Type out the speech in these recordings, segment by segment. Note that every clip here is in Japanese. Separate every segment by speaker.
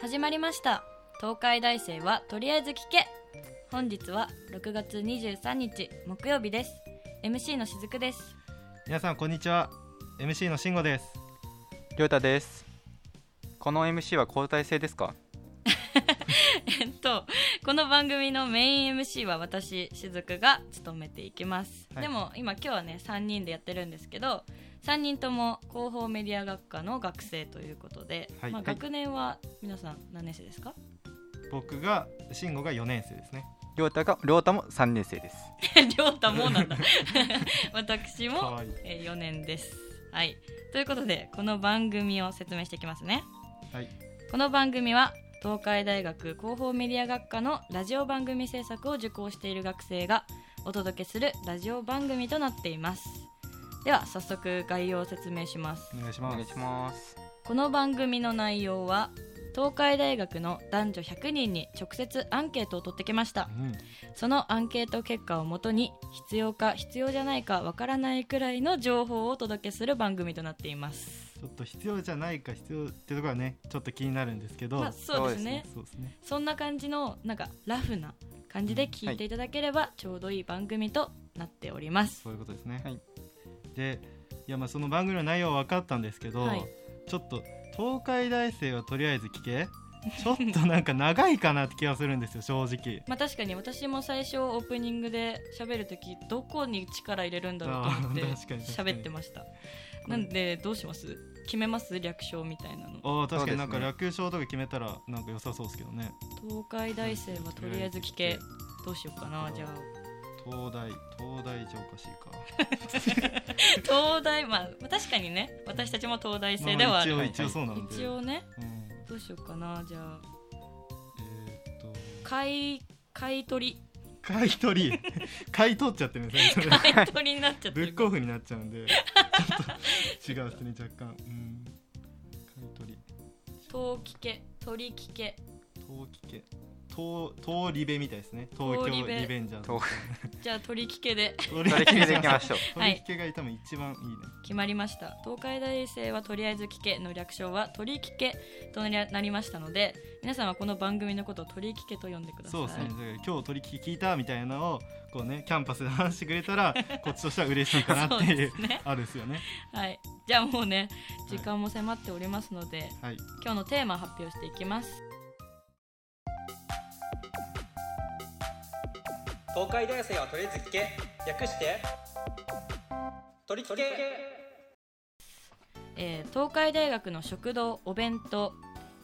Speaker 1: 始まりました東海大生はとりあえず聞け本日は6月23日木曜日です MC のしずくです
Speaker 2: 皆さんこんにちは MC のしんごです
Speaker 3: りょうたですこの MC は交代制ですか
Speaker 1: えっとこの番組のメイン MC は私しずくが務めていきます、
Speaker 2: はい
Speaker 1: でも今今日はね3人でやってるんですけど3人とも広報メディア学科の学生ということで、
Speaker 2: はい
Speaker 1: まあ、
Speaker 2: はい
Speaker 1: 学年は皆さん何年生です か、
Speaker 2: 僕がしんごが4年生ですね
Speaker 3: りょうたがりょうたも三年生です
Speaker 1: りょうたも なんだ私
Speaker 2: か
Speaker 1: も
Speaker 2: わいい
Speaker 1: えー4年ですはいということでこの番組を説明していきますね
Speaker 2: はい
Speaker 1: この番組は東海大学広報メディア学科のラジオ番組制作を受講している学生がお届けするラジオ番組となっていますでは早速概要を説明します
Speaker 2: お願いし
Speaker 3: お
Speaker 2: ます
Speaker 3: 願いします
Speaker 1: この番組の内容は東海大学の男女100人に直接アンケートを取ってきました
Speaker 2: うん
Speaker 1: そのアンケート結果をもとに必要か必要じゃないかわからないくらいの情報をお届けする番組となっています
Speaker 2: ちょっと必要じゃないか必要ってところはねちょっと気になるんですけど、
Speaker 1: まあそうですね
Speaker 2: そうですね
Speaker 1: そんな感じのなんかラフな感じで聞いていただければちょうどいい番組となっております、
Speaker 2: そういうことですね、
Speaker 3: はい
Speaker 2: でいやまあその番組の内容は分かったんですけど、
Speaker 1: はい
Speaker 2: ちょっと東海大生はとりあえず聞 けちょっとなんか長いかなって気がするんですよ正直
Speaker 1: まあ確かに私も最初オープニングで喋る時どこに力入れるんだろうと思って
Speaker 2: あー確かに確かに
Speaker 1: 喋ってましたなんでどうします決めます略称みたいなの
Speaker 2: ああ確かになん
Speaker 3: そ
Speaker 2: か
Speaker 3: うですね
Speaker 2: 略称とか決めたらなんか良さそうですけどね
Speaker 1: 東海大生はとりあえず聞けどうしようかなじゃあ
Speaker 2: 東大東大じゃおかしいか
Speaker 1: 東大まあ確かにね私たちも東大生ではある、
Speaker 2: ま
Speaker 3: は
Speaker 2: あ
Speaker 3: い
Speaker 2: 一応一応そうなんで
Speaker 1: 一応ね
Speaker 2: うん
Speaker 1: どうしようかなじゃあ
Speaker 2: えーっと
Speaker 1: 買い買い 取り
Speaker 2: 買い取 り買い取っちゃってるんですねそれ
Speaker 1: 買い取りになっちゃって
Speaker 2: ブ
Speaker 1: る
Speaker 2: ックオフになっちゃうんでちょっと違うですね若干うん買い取り
Speaker 1: 東聞け鳥聞け
Speaker 2: 東聞け東東リベみたいですね東京
Speaker 1: 東リベ
Speaker 2: リベンジャーズ
Speaker 3: 東
Speaker 1: じゃあ鳥聞けで
Speaker 2: そ
Speaker 3: それ決めていき ましょう
Speaker 2: 取り引けが多分一番いいね
Speaker 1: 決まりました東海大生はとりあえず聞けの略称は鳥聞けとなりましたので皆さんはこの番組のことを鳥聞けと呼んでください
Speaker 2: そうですねだから今日取り引き聞いたみたいなのをこうねキャンパスで話してくれた らこっちとしては嬉しいかなって
Speaker 1: そう
Speaker 2: い
Speaker 1: で
Speaker 2: う
Speaker 1: すね
Speaker 2: あるですよね
Speaker 1: はいじゃあもうね
Speaker 2: はい
Speaker 1: 時間も迫っておりますので、
Speaker 2: はい
Speaker 1: 今日のテーマ発表していきます
Speaker 4: 東海大生はとりあえず聞け略して取り聞け
Speaker 1: えー東海大学の食堂お弁当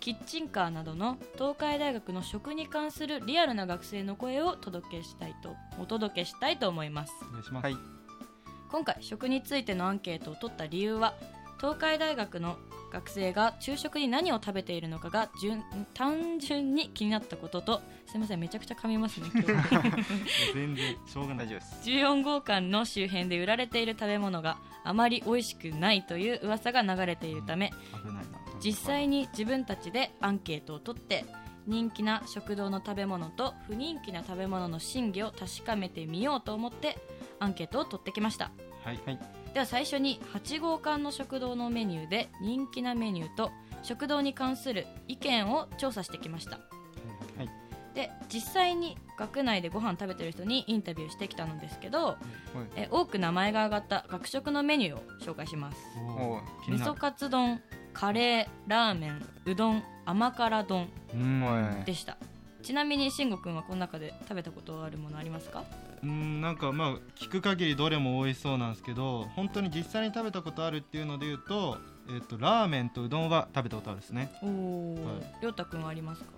Speaker 1: キッチンカーなどの東海大学の食に関するリアルな学生の声を届けしたいとお届けしたいと思います
Speaker 2: お願いします
Speaker 3: はい
Speaker 1: 今回食についてのアンケートを取った理由は東海大学の学生が昼食に何を食べているのかが順単純に気になったこととすいませんめちゃくちゃ噛みますね今日
Speaker 2: 全然しょうがな
Speaker 3: 大
Speaker 2: い
Speaker 3: 丈夫です
Speaker 1: 14号館の周辺で売られている食べ物があまり美味しくないという噂が流れているため
Speaker 2: 危ないな
Speaker 1: 実際に自分たちでアンケートを取って人気な食堂の食べ物と不人気な食べ物の真偽を確かめてみようと思ってアンケートを取ってきました
Speaker 2: はい
Speaker 3: はい
Speaker 1: では最初に8号館の食堂のメニューで人気なメニューと食堂に関する意見を調査してきました
Speaker 3: はい
Speaker 1: で実際に学内でご飯食べてる人にインタビューしてきたのですけど、え多く名前が挙がった学食のメニューを紹介します
Speaker 2: お
Speaker 3: お
Speaker 2: お気
Speaker 1: 味
Speaker 2: にな
Speaker 1: 噌
Speaker 2: る
Speaker 1: カツ丼カレーラーメンうどん甘辛丼
Speaker 2: うん
Speaker 3: はい
Speaker 1: でしたちなみに慎吾くんはこの中で食べたことあるものありますか
Speaker 2: うんなんかまあ聞く限りどれも美味しそうなんですけど本当に実際に食べたことあるっていうので言うと,、えっとラーメンとうどんは食べたことあるですね、
Speaker 1: おお
Speaker 2: は
Speaker 1: りょうたくんはありますか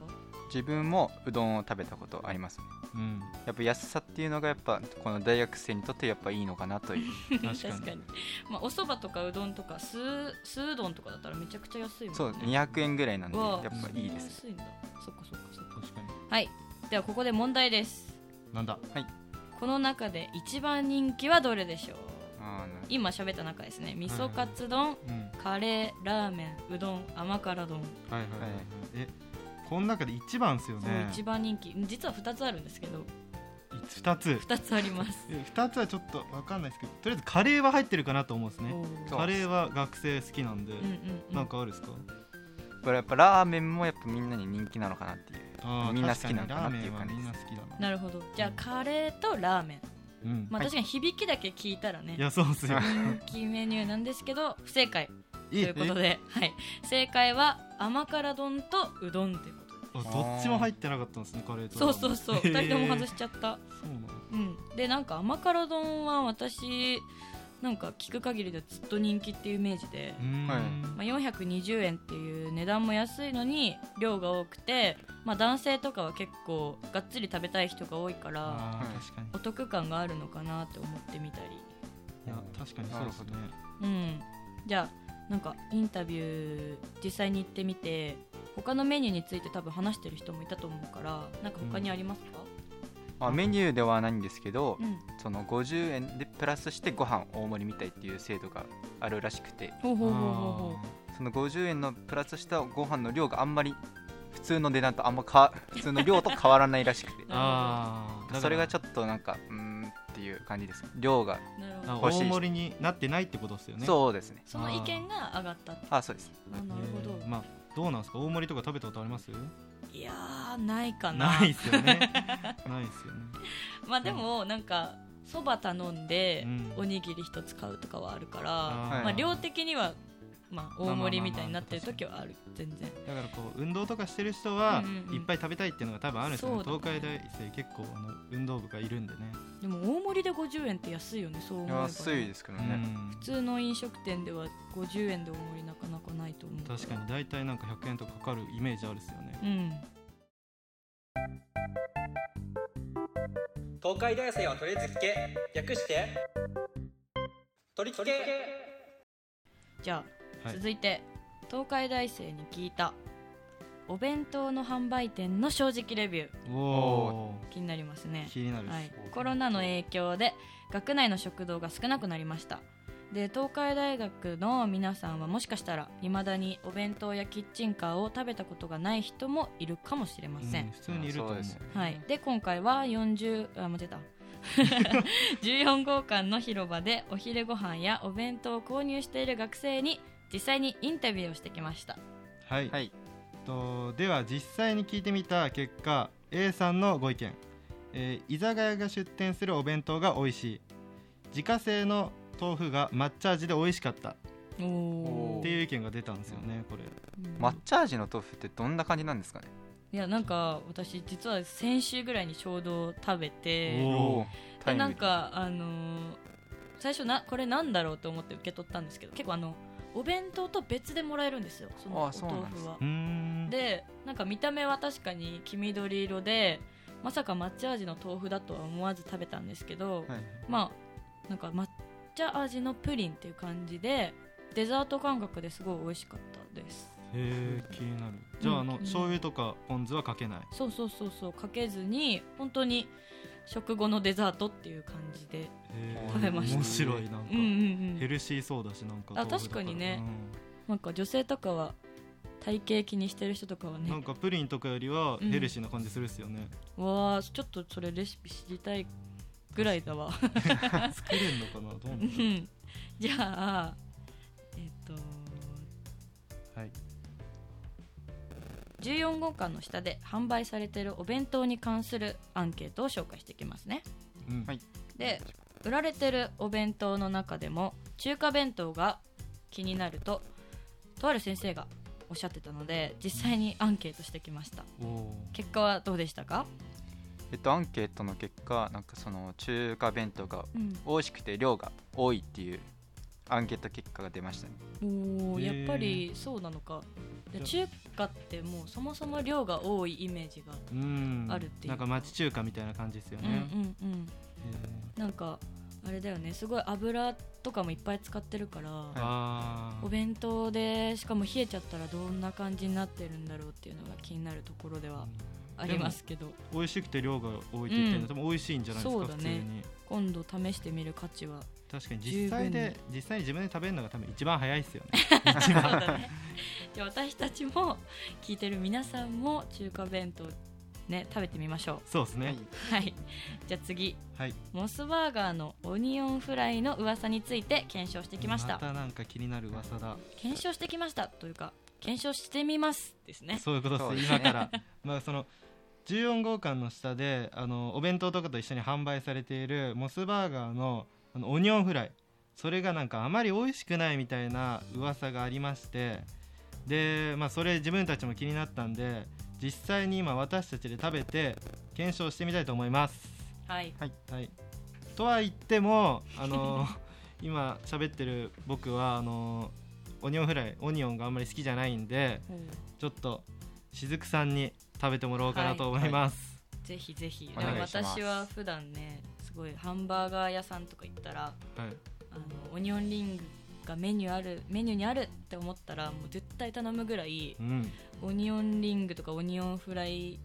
Speaker 3: 自分もうどんを食べたことありますね
Speaker 2: うん、
Speaker 3: やっぱ安さっていうのがやっぱこの大学生にとってやっぱいいのかなという
Speaker 2: 確かに
Speaker 1: 確かにまあ、お蕎麦とかうどんとか酢酢うどんとかだったらめちゃくちゃ安いもんね
Speaker 3: そう200円ぐらいなんで
Speaker 1: わ
Speaker 3: や
Speaker 1: あ
Speaker 3: っぱいいです
Speaker 1: そんな安いんだそっかそっかそっか
Speaker 2: 確かに
Speaker 1: はいではここで問題です
Speaker 2: なんだ
Speaker 1: この中で一番人気はどれでしょう
Speaker 3: あーな
Speaker 1: 今喋った中ですね味噌カツ丼、
Speaker 2: うん
Speaker 1: カレーラーメンうどん甘辛丼、
Speaker 2: はいはいはい、
Speaker 3: はい
Speaker 2: えこの中で一番ですよ
Speaker 1: そう
Speaker 2: ね
Speaker 1: 一番人気実は2つあるんですけど
Speaker 2: 二つ
Speaker 1: 2つあります
Speaker 2: え二つはちょっとわかんないですけどとりあえずカレーは入ってるかなと思うんですね
Speaker 1: おー
Speaker 3: そう
Speaker 2: カレーは学生好きなんで、
Speaker 1: うんうんうん
Speaker 2: なんかあるですか
Speaker 3: ぱやっぱラーメンもやっぱみんなに人気なのかなっていう
Speaker 2: あー
Speaker 3: みんな好きなのかな
Speaker 2: 確に
Speaker 3: っていう感じです
Speaker 2: ラーメンはみんな好きだな
Speaker 1: なるほどじゃあカレーとラーメン
Speaker 2: うん
Speaker 1: まあ確かに響きだけ聞いたらね
Speaker 2: いやそうっすよ
Speaker 1: 人気メニューなんですけど不正解
Speaker 2: い
Speaker 1: ということ
Speaker 2: え
Speaker 1: で、はい、正解は甘辛丼とうどんってことで
Speaker 2: あどっちも入ってなかったんですねカレーと
Speaker 1: すそうそうそう
Speaker 2: へー
Speaker 1: 2人とも外しちゃった、
Speaker 2: そうなの
Speaker 1: うん、でなんか甘辛丼は私なんか聞く限りでずっと人気っていうイメージで
Speaker 2: う、ーん
Speaker 3: はい
Speaker 1: まあ、420円っていう値段も安いのに量が多くて、まあ、男性とかは結構がっつり食べたい人が多いから
Speaker 2: あ
Speaker 3: はい
Speaker 2: ー確かに
Speaker 1: お得感があるのかなって思ってみたり
Speaker 2: いや確かにそうですね
Speaker 1: うんじゃあなんかインタビュー実際に行ってみて他のメニューについて多分話してる人もいたと思うからなんか他にありますか、
Speaker 3: まあ、メニューではないんですけど、
Speaker 1: うん
Speaker 3: その50円でプラスしてご飯大盛りみたいっていう制度があるらしくて
Speaker 1: ほうほうほうほ
Speaker 3: その50円のプラスしたご飯の量があんまり普通の値段とあんまか普通の量と変わらないらしくて
Speaker 1: なるほど
Speaker 2: あーあ
Speaker 3: それがち
Speaker 2: ょ
Speaker 3: ょっとなんかうーんっていう感じです量が、
Speaker 1: うほうなるほ
Speaker 2: っ
Speaker 1: ど
Speaker 2: と
Speaker 3: 欲しい
Speaker 2: 大盛りになってないってことですよねう
Speaker 3: そうですね
Speaker 1: その意見が上がったって
Speaker 3: あそうです
Speaker 1: あなるほど、
Speaker 2: まあどうなんですか大盛りとか食べたことあります
Speaker 1: いやーないかな
Speaker 2: ないっ すよねないっすよね
Speaker 1: まあでもなんかそば頼んで
Speaker 2: うん
Speaker 1: おにぎり一つ買うとかはあるから、
Speaker 2: あ
Speaker 3: ー
Speaker 1: まあ量的にはまあ大盛りみたいになってる時はある全然
Speaker 2: だからこう運動とかしてる人は
Speaker 1: うんうんうん
Speaker 2: いっぱい食べたいっていうのが多分あるんですよね
Speaker 1: そう
Speaker 2: 東
Speaker 1: だね
Speaker 2: 海大生結構あの運動部がいるんでね
Speaker 1: でも大盛りで50円って安いよねそう思えばね、
Speaker 3: 安いですけど
Speaker 2: う
Speaker 3: ね、
Speaker 2: ん
Speaker 1: 普通の飲食店では50円で大盛りなかなかないと思う
Speaker 2: 確かに大体なんか100円とかかかるイメージあるっすよね
Speaker 1: うん
Speaker 4: 東海大生は取り付け略して取り付け
Speaker 1: じゃあ、
Speaker 2: はい
Speaker 1: 続いて東海大生に聞いたお弁当の販売店の正直レビュー
Speaker 2: おお
Speaker 3: お
Speaker 1: 気になりますね
Speaker 2: 気になるっす
Speaker 1: はい、コロナの影響で学内の食堂が少なくなりましたで東海大学の皆さんはもしかしたら未だにお弁当やキッチンカーを食べたことがない人もいるかもしれませ
Speaker 2: うんん、普通にいると思う
Speaker 3: そうです
Speaker 1: はい、で今回は40あ間違えた 14号館の広場でお昼ご飯やお弁当を購入している学生に実際にインタビューをしてきました
Speaker 2: はい、
Speaker 3: はい
Speaker 2: とでは実際に聞いてみた結果 A さんのご意見、えー居酒屋が出店するお弁当が美味しい自家製の豆腐が抹茶味で美味しかったっ
Speaker 1: おお
Speaker 3: お
Speaker 2: ていう意見が出たんですよねこれ
Speaker 3: 抹茶味の豆腐ってどんな感じなんですかね
Speaker 1: いやなんか私実は先週ぐらいにちょうど食べて
Speaker 2: おー
Speaker 3: おータ
Speaker 1: で
Speaker 3: イム
Speaker 1: な
Speaker 3: リ
Speaker 1: ん
Speaker 3: ー
Speaker 1: かあのー最初なこれなんだろうと思って受け取ったんですけど結構あのお弁当と別でもらえるんですよそのお
Speaker 3: あそうなん
Speaker 1: 豆
Speaker 3: です
Speaker 1: 腐は
Speaker 2: うーん
Speaker 1: でなんか見た目は確かに黄緑色でまさか抹茶味の豆腐だとは思わず食べたんですけど、
Speaker 3: はい
Speaker 1: まあなんか抹茶味のプリンっていう感じでデザート感覚ですごい美味しかったです
Speaker 2: へえ気になるじゃあ,、
Speaker 1: うん
Speaker 2: あの
Speaker 1: 気になる
Speaker 2: 醤油とかポン酢はかけない
Speaker 1: そうそうそうそうかけずに本当に食後のデザートっていう感じで
Speaker 2: へー
Speaker 1: 食べました
Speaker 2: 面白いなんか、
Speaker 1: うんうんう
Speaker 2: ヘ
Speaker 1: ん
Speaker 2: ルシーそうだしなんか
Speaker 1: あ
Speaker 2: 豆腐だら
Speaker 1: 確かにね、なんか女性とかは体型気にしてる人とかは
Speaker 2: うんなん
Speaker 1: ね
Speaker 2: かプリンとかよりはヘルシーな感じするっすよね、
Speaker 1: わあちょっとそれレシピ知りたいぐらいだわ
Speaker 2: 作れるのかなどうな
Speaker 1: う
Speaker 2: の
Speaker 1: ん じゃあえっ、と
Speaker 2: はい
Speaker 1: 14号館の下で販売されているお弁当に関するアンケートを紹介していきますね
Speaker 2: うん
Speaker 3: はい
Speaker 1: で売られてるお弁当の中でも中華弁当が気になるととある先生がおっしゃってたので実際にアンケートしてきました
Speaker 2: おお
Speaker 1: 結果はどうでしたか、
Speaker 3: えっとアンケートの結果なんかその中華弁当が
Speaker 1: うん
Speaker 3: 美味しくて量が多いっていうアンケート結果が出ましたね
Speaker 1: おー
Speaker 2: へー
Speaker 1: やっぱりそうなのかいや中華ってもうそもそも量が多いイメージが、
Speaker 2: うん
Speaker 1: あるっていう
Speaker 2: なんか町中華みたいな感じですよ
Speaker 1: うんう
Speaker 2: ね、
Speaker 1: んうんなんかあれだよねすごい油とかもいっぱい使ってるから、
Speaker 2: ああー
Speaker 1: お弁当でしかも冷えちゃったらどんな感じになってるんだろうっていうのが気になるところではありますけど
Speaker 2: 美味しくて量が多いって言って
Speaker 1: う
Speaker 2: るの、
Speaker 1: ん
Speaker 2: 多分美味しいんじゃないです
Speaker 1: そ
Speaker 2: か、
Speaker 1: うだ
Speaker 2: 普通
Speaker 1: ね
Speaker 2: に
Speaker 1: 今度試してみる価値 は
Speaker 2: 確かに実際で
Speaker 1: 十
Speaker 2: 実際に自分で食べるのが多分一番早いですよね
Speaker 1: そうだねじゃあ私たちも聞いてる皆さんも中華弁当ね食べてみましょ
Speaker 2: そうです
Speaker 3: は
Speaker 2: ね
Speaker 3: い
Speaker 1: うはいじゃあ次
Speaker 2: はい
Speaker 1: モスバーガーのオニオンフライの噂について検証してきました
Speaker 2: またなんか気になる噂だ
Speaker 1: 検証してきましたというか検証してみますですね
Speaker 2: そういうことです
Speaker 3: そうですね
Speaker 2: 今から まあその14号館の下であのお弁当とかと一緒に販売されているモスバーガーのあのオニオンフライそれがなんかあまり美味しくないみたいな噂がありましてで、まあ、それ自分たちも気になったんで実際に今私たちで食べて検証してみたいと思います。
Speaker 1: はい
Speaker 2: はい、とは言っても、あの今喋ってる僕はあのオニオンフライオニオンがあんまり好きじゃないんでちょっとしずくさんに食べてもらおうかなと思います。
Speaker 1: ぜひぜひ
Speaker 3: お願い
Speaker 1: でも
Speaker 3: します
Speaker 1: 私は普段ねすごいハンバーガー屋さんとか行ったら
Speaker 2: はい
Speaker 1: あのオニオンリングがメニューあるメニューにあるって思ったらもう絶対頼むぐらい
Speaker 2: うん、
Speaker 1: オニオンリングとかオニオンフライ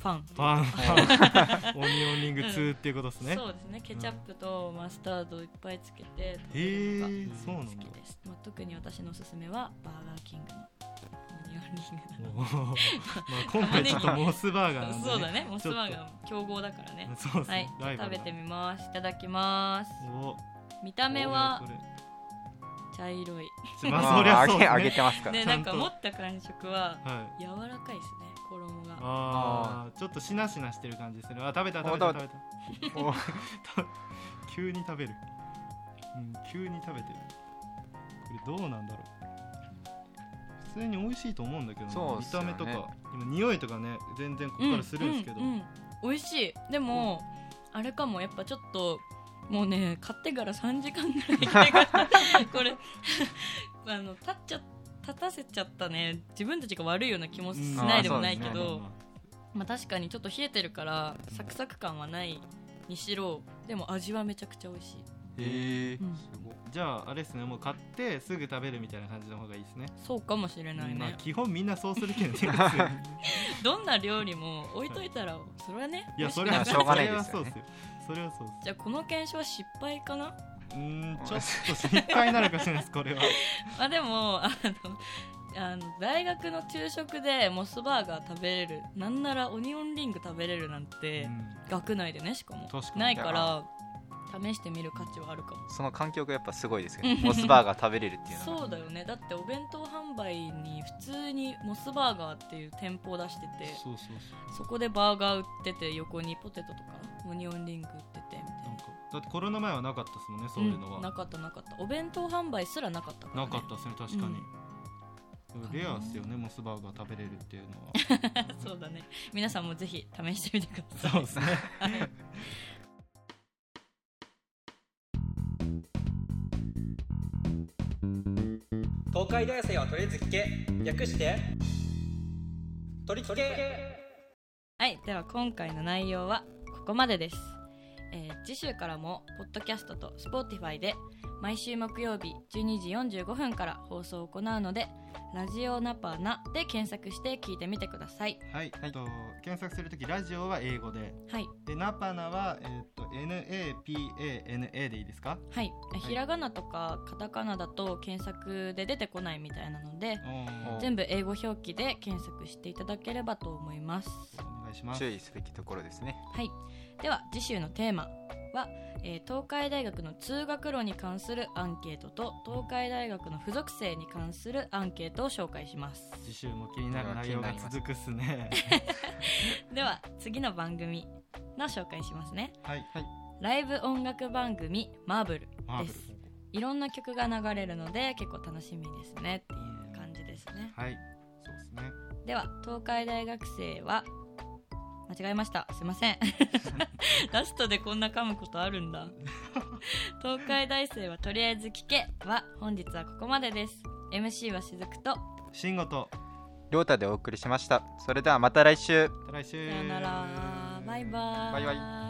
Speaker 1: ファン
Speaker 2: ファンファンオニオンリング2っていうことですね。
Speaker 1: そうですねケチャップとマスタードをいっぱいつけて食
Speaker 2: へ
Speaker 1: べるのが
Speaker 2: えそうなん
Speaker 1: 好
Speaker 2: だ
Speaker 1: き。です、まあ、特に私のおすすめはバーガーキングのオニオンリングなの
Speaker 2: おーまあ今回ちょっとモスバーガーなんで、ね、
Speaker 1: そうだね、モスバー
Speaker 2: ちょっ
Speaker 1: ガー競合だからね。
Speaker 2: とそうです
Speaker 1: はい
Speaker 2: ね、、
Speaker 1: じゃあ食べてみます。いただきます。
Speaker 2: お
Speaker 1: 見た目は
Speaker 2: これ
Speaker 1: 茶色い。
Speaker 2: ちょまあそりゃそうだ
Speaker 3: あげ
Speaker 2: ね
Speaker 3: あげ。てますから、
Speaker 1: で、
Speaker 2: ちゃ
Speaker 1: なんん
Speaker 2: と
Speaker 1: か持った感触は
Speaker 2: はい。
Speaker 1: 柔らかいですね、衣が。
Speaker 2: あーちょっとしなしなしてる感じするあ食べた
Speaker 3: あ
Speaker 2: 食べた食
Speaker 3: 食
Speaker 2: べた
Speaker 3: お
Speaker 2: 急に食べる、うん、急に食べてるこれどうなんだろう普通に美味しいと思うんだけどな、
Speaker 3: そうっ
Speaker 2: 見
Speaker 3: すよ
Speaker 2: た
Speaker 3: ね
Speaker 2: 目とか今匂いとかね全然ここからするんですけど、
Speaker 1: うう美味しい。でも、あれかも、やっぱちょっと。もうね、買ってから3時間ぐ らいかかるこれ あの立っちゃ立たせちゃったね自分たちが悪いような気もしないでもないけ
Speaker 3: うんあー
Speaker 1: ど、
Speaker 3: そうですね
Speaker 1: まあ、確かにちょっと冷えてるからサクサク感はないにしろでも味はめちゃくちゃ美味しい
Speaker 3: えー
Speaker 1: うん
Speaker 3: すごい
Speaker 2: じゃああれですねもう買ってすぐ食べるみたいな感じの方がいいですね
Speaker 1: そうかもしれない
Speaker 2: まあ
Speaker 1: ね、
Speaker 2: 基本みんなそうする けどね普通に
Speaker 1: どんな料理も置いといたらそれはね
Speaker 2: いやそれ
Speaker 1: 美
Speaker 2: は
Speaker 1: 味し
Speaker 3: し
Speaker 1: く
Speaker 3: ょ
Speaker 1: な
Speaker 3: うが
Speaker 1: る
Speaker 3: ない
Speaker 2: それはそう
Speaker 3: ですよ
Speaker 2: で
Speaker 3: ね
Speaker 2: すよそれはそうです
Speaker 1: じゃあこの検証は失敗かな
Speaker 2: うーんちょっと心配になるかもしれないですこれは
Speaker 1: あでもあの あの大学の昼食でモスバーガー食べれるなんならオニオンリング食べれるなんて、
Speaker 2: うん
Speaker 1: 学 内でねしかも
Speaker 2: 確かに
Speaker 1: ないから試してみる価値はあるかも
Speaker 3: その環境がやっぱすごいですよね
Speaker 1: うん
Speaker 3: モスバーガー食べれるっていうのが
Speaker 1: そうだよねだってお弁当販売に普通にモスバーガーっていう店舗を出してて
Speaker 2: そうそうそう
Speaker 1: そこでバーガー売ってて横にポテトとかオニオンリング売っててみた
Speaker 2: ないん
Speaker 1: な
Speaker 2: かだってコロナ前はなかったですもんねそう
Speaker 1: う
Speaker 2: い
Speaker 1: ん
Speaker 2: うのは、
Speaker 1: なかったなかったお弁当販売すらなかったから、
Speaker 2: な
Speaker 1: ね、
Speaker 2: かったですね確かに、
Speaker 1: ん
Speaker 2: レアっすよねモスバーガー食べれるっていうのは
Speaker 1: た そうだね皆さんもぜひ試してみてくださ
Speaker 2: そう
Speaker 1: い
Speaker 2: ですね
Speaker 1: はい
Speaker 4: 東海大生はとりあえず聞け略して取り取り
Speaker 1: はい、では今回の内容はここまでです、えー次週からもポッドキャストと Spotify で毎週木曜日12時45分から放送を行うので「ラジオナパナ」で検索して聞いてみてください
Speaker 2: はい、えっと検索するときラジオは英語で
Speaker 1: はい
Speaker 2: でナパナは、えっと NAPANA でいいですか
Speaker 1: はい、
Speaker 2: い
Speaker 1: ひらがなとかカタカナだと検索で出てこないみたいなので
Speaker 2: お
Speaker 1: 全部英語表記で検索していただければと思います
Speaker 2: お願いします
Speaker 3: 注意すべきところですね
Speaker 1: はい、では次週のテーマは、えー東海大学の通学路に関するアンケートと東海大学の付属生に関するアンケートを紹介します
Speaker 2: 次週も気になる内容が続くっすね
Speaker 1: では次の番組の紹介しますね
Speaker 2: はいはい
Speaker 1: ライブ音楽番組マーブル
Speaker 2: マー
Speaker 1: で
Speaker 2: ブル
Speaker 1: すいろんな曲が流れるので結構楽しみですねっていう感じですね
Speaker 2: はいそうですね
Speaker 1: では東海大学生は間違えましたすいませ んラストでこんな噛むことあるんだ東海大生はとりあえず聞けは本日はここまでです MC はしずくと
Speaker 2: 慎吾と
Speaker 3: りょうたでお送りしましたそれではまた来週
Speaker 2: また来週
Speaker 1: さよならバイバーイ
Speaker 3: バイバイ
Speaker 1: イ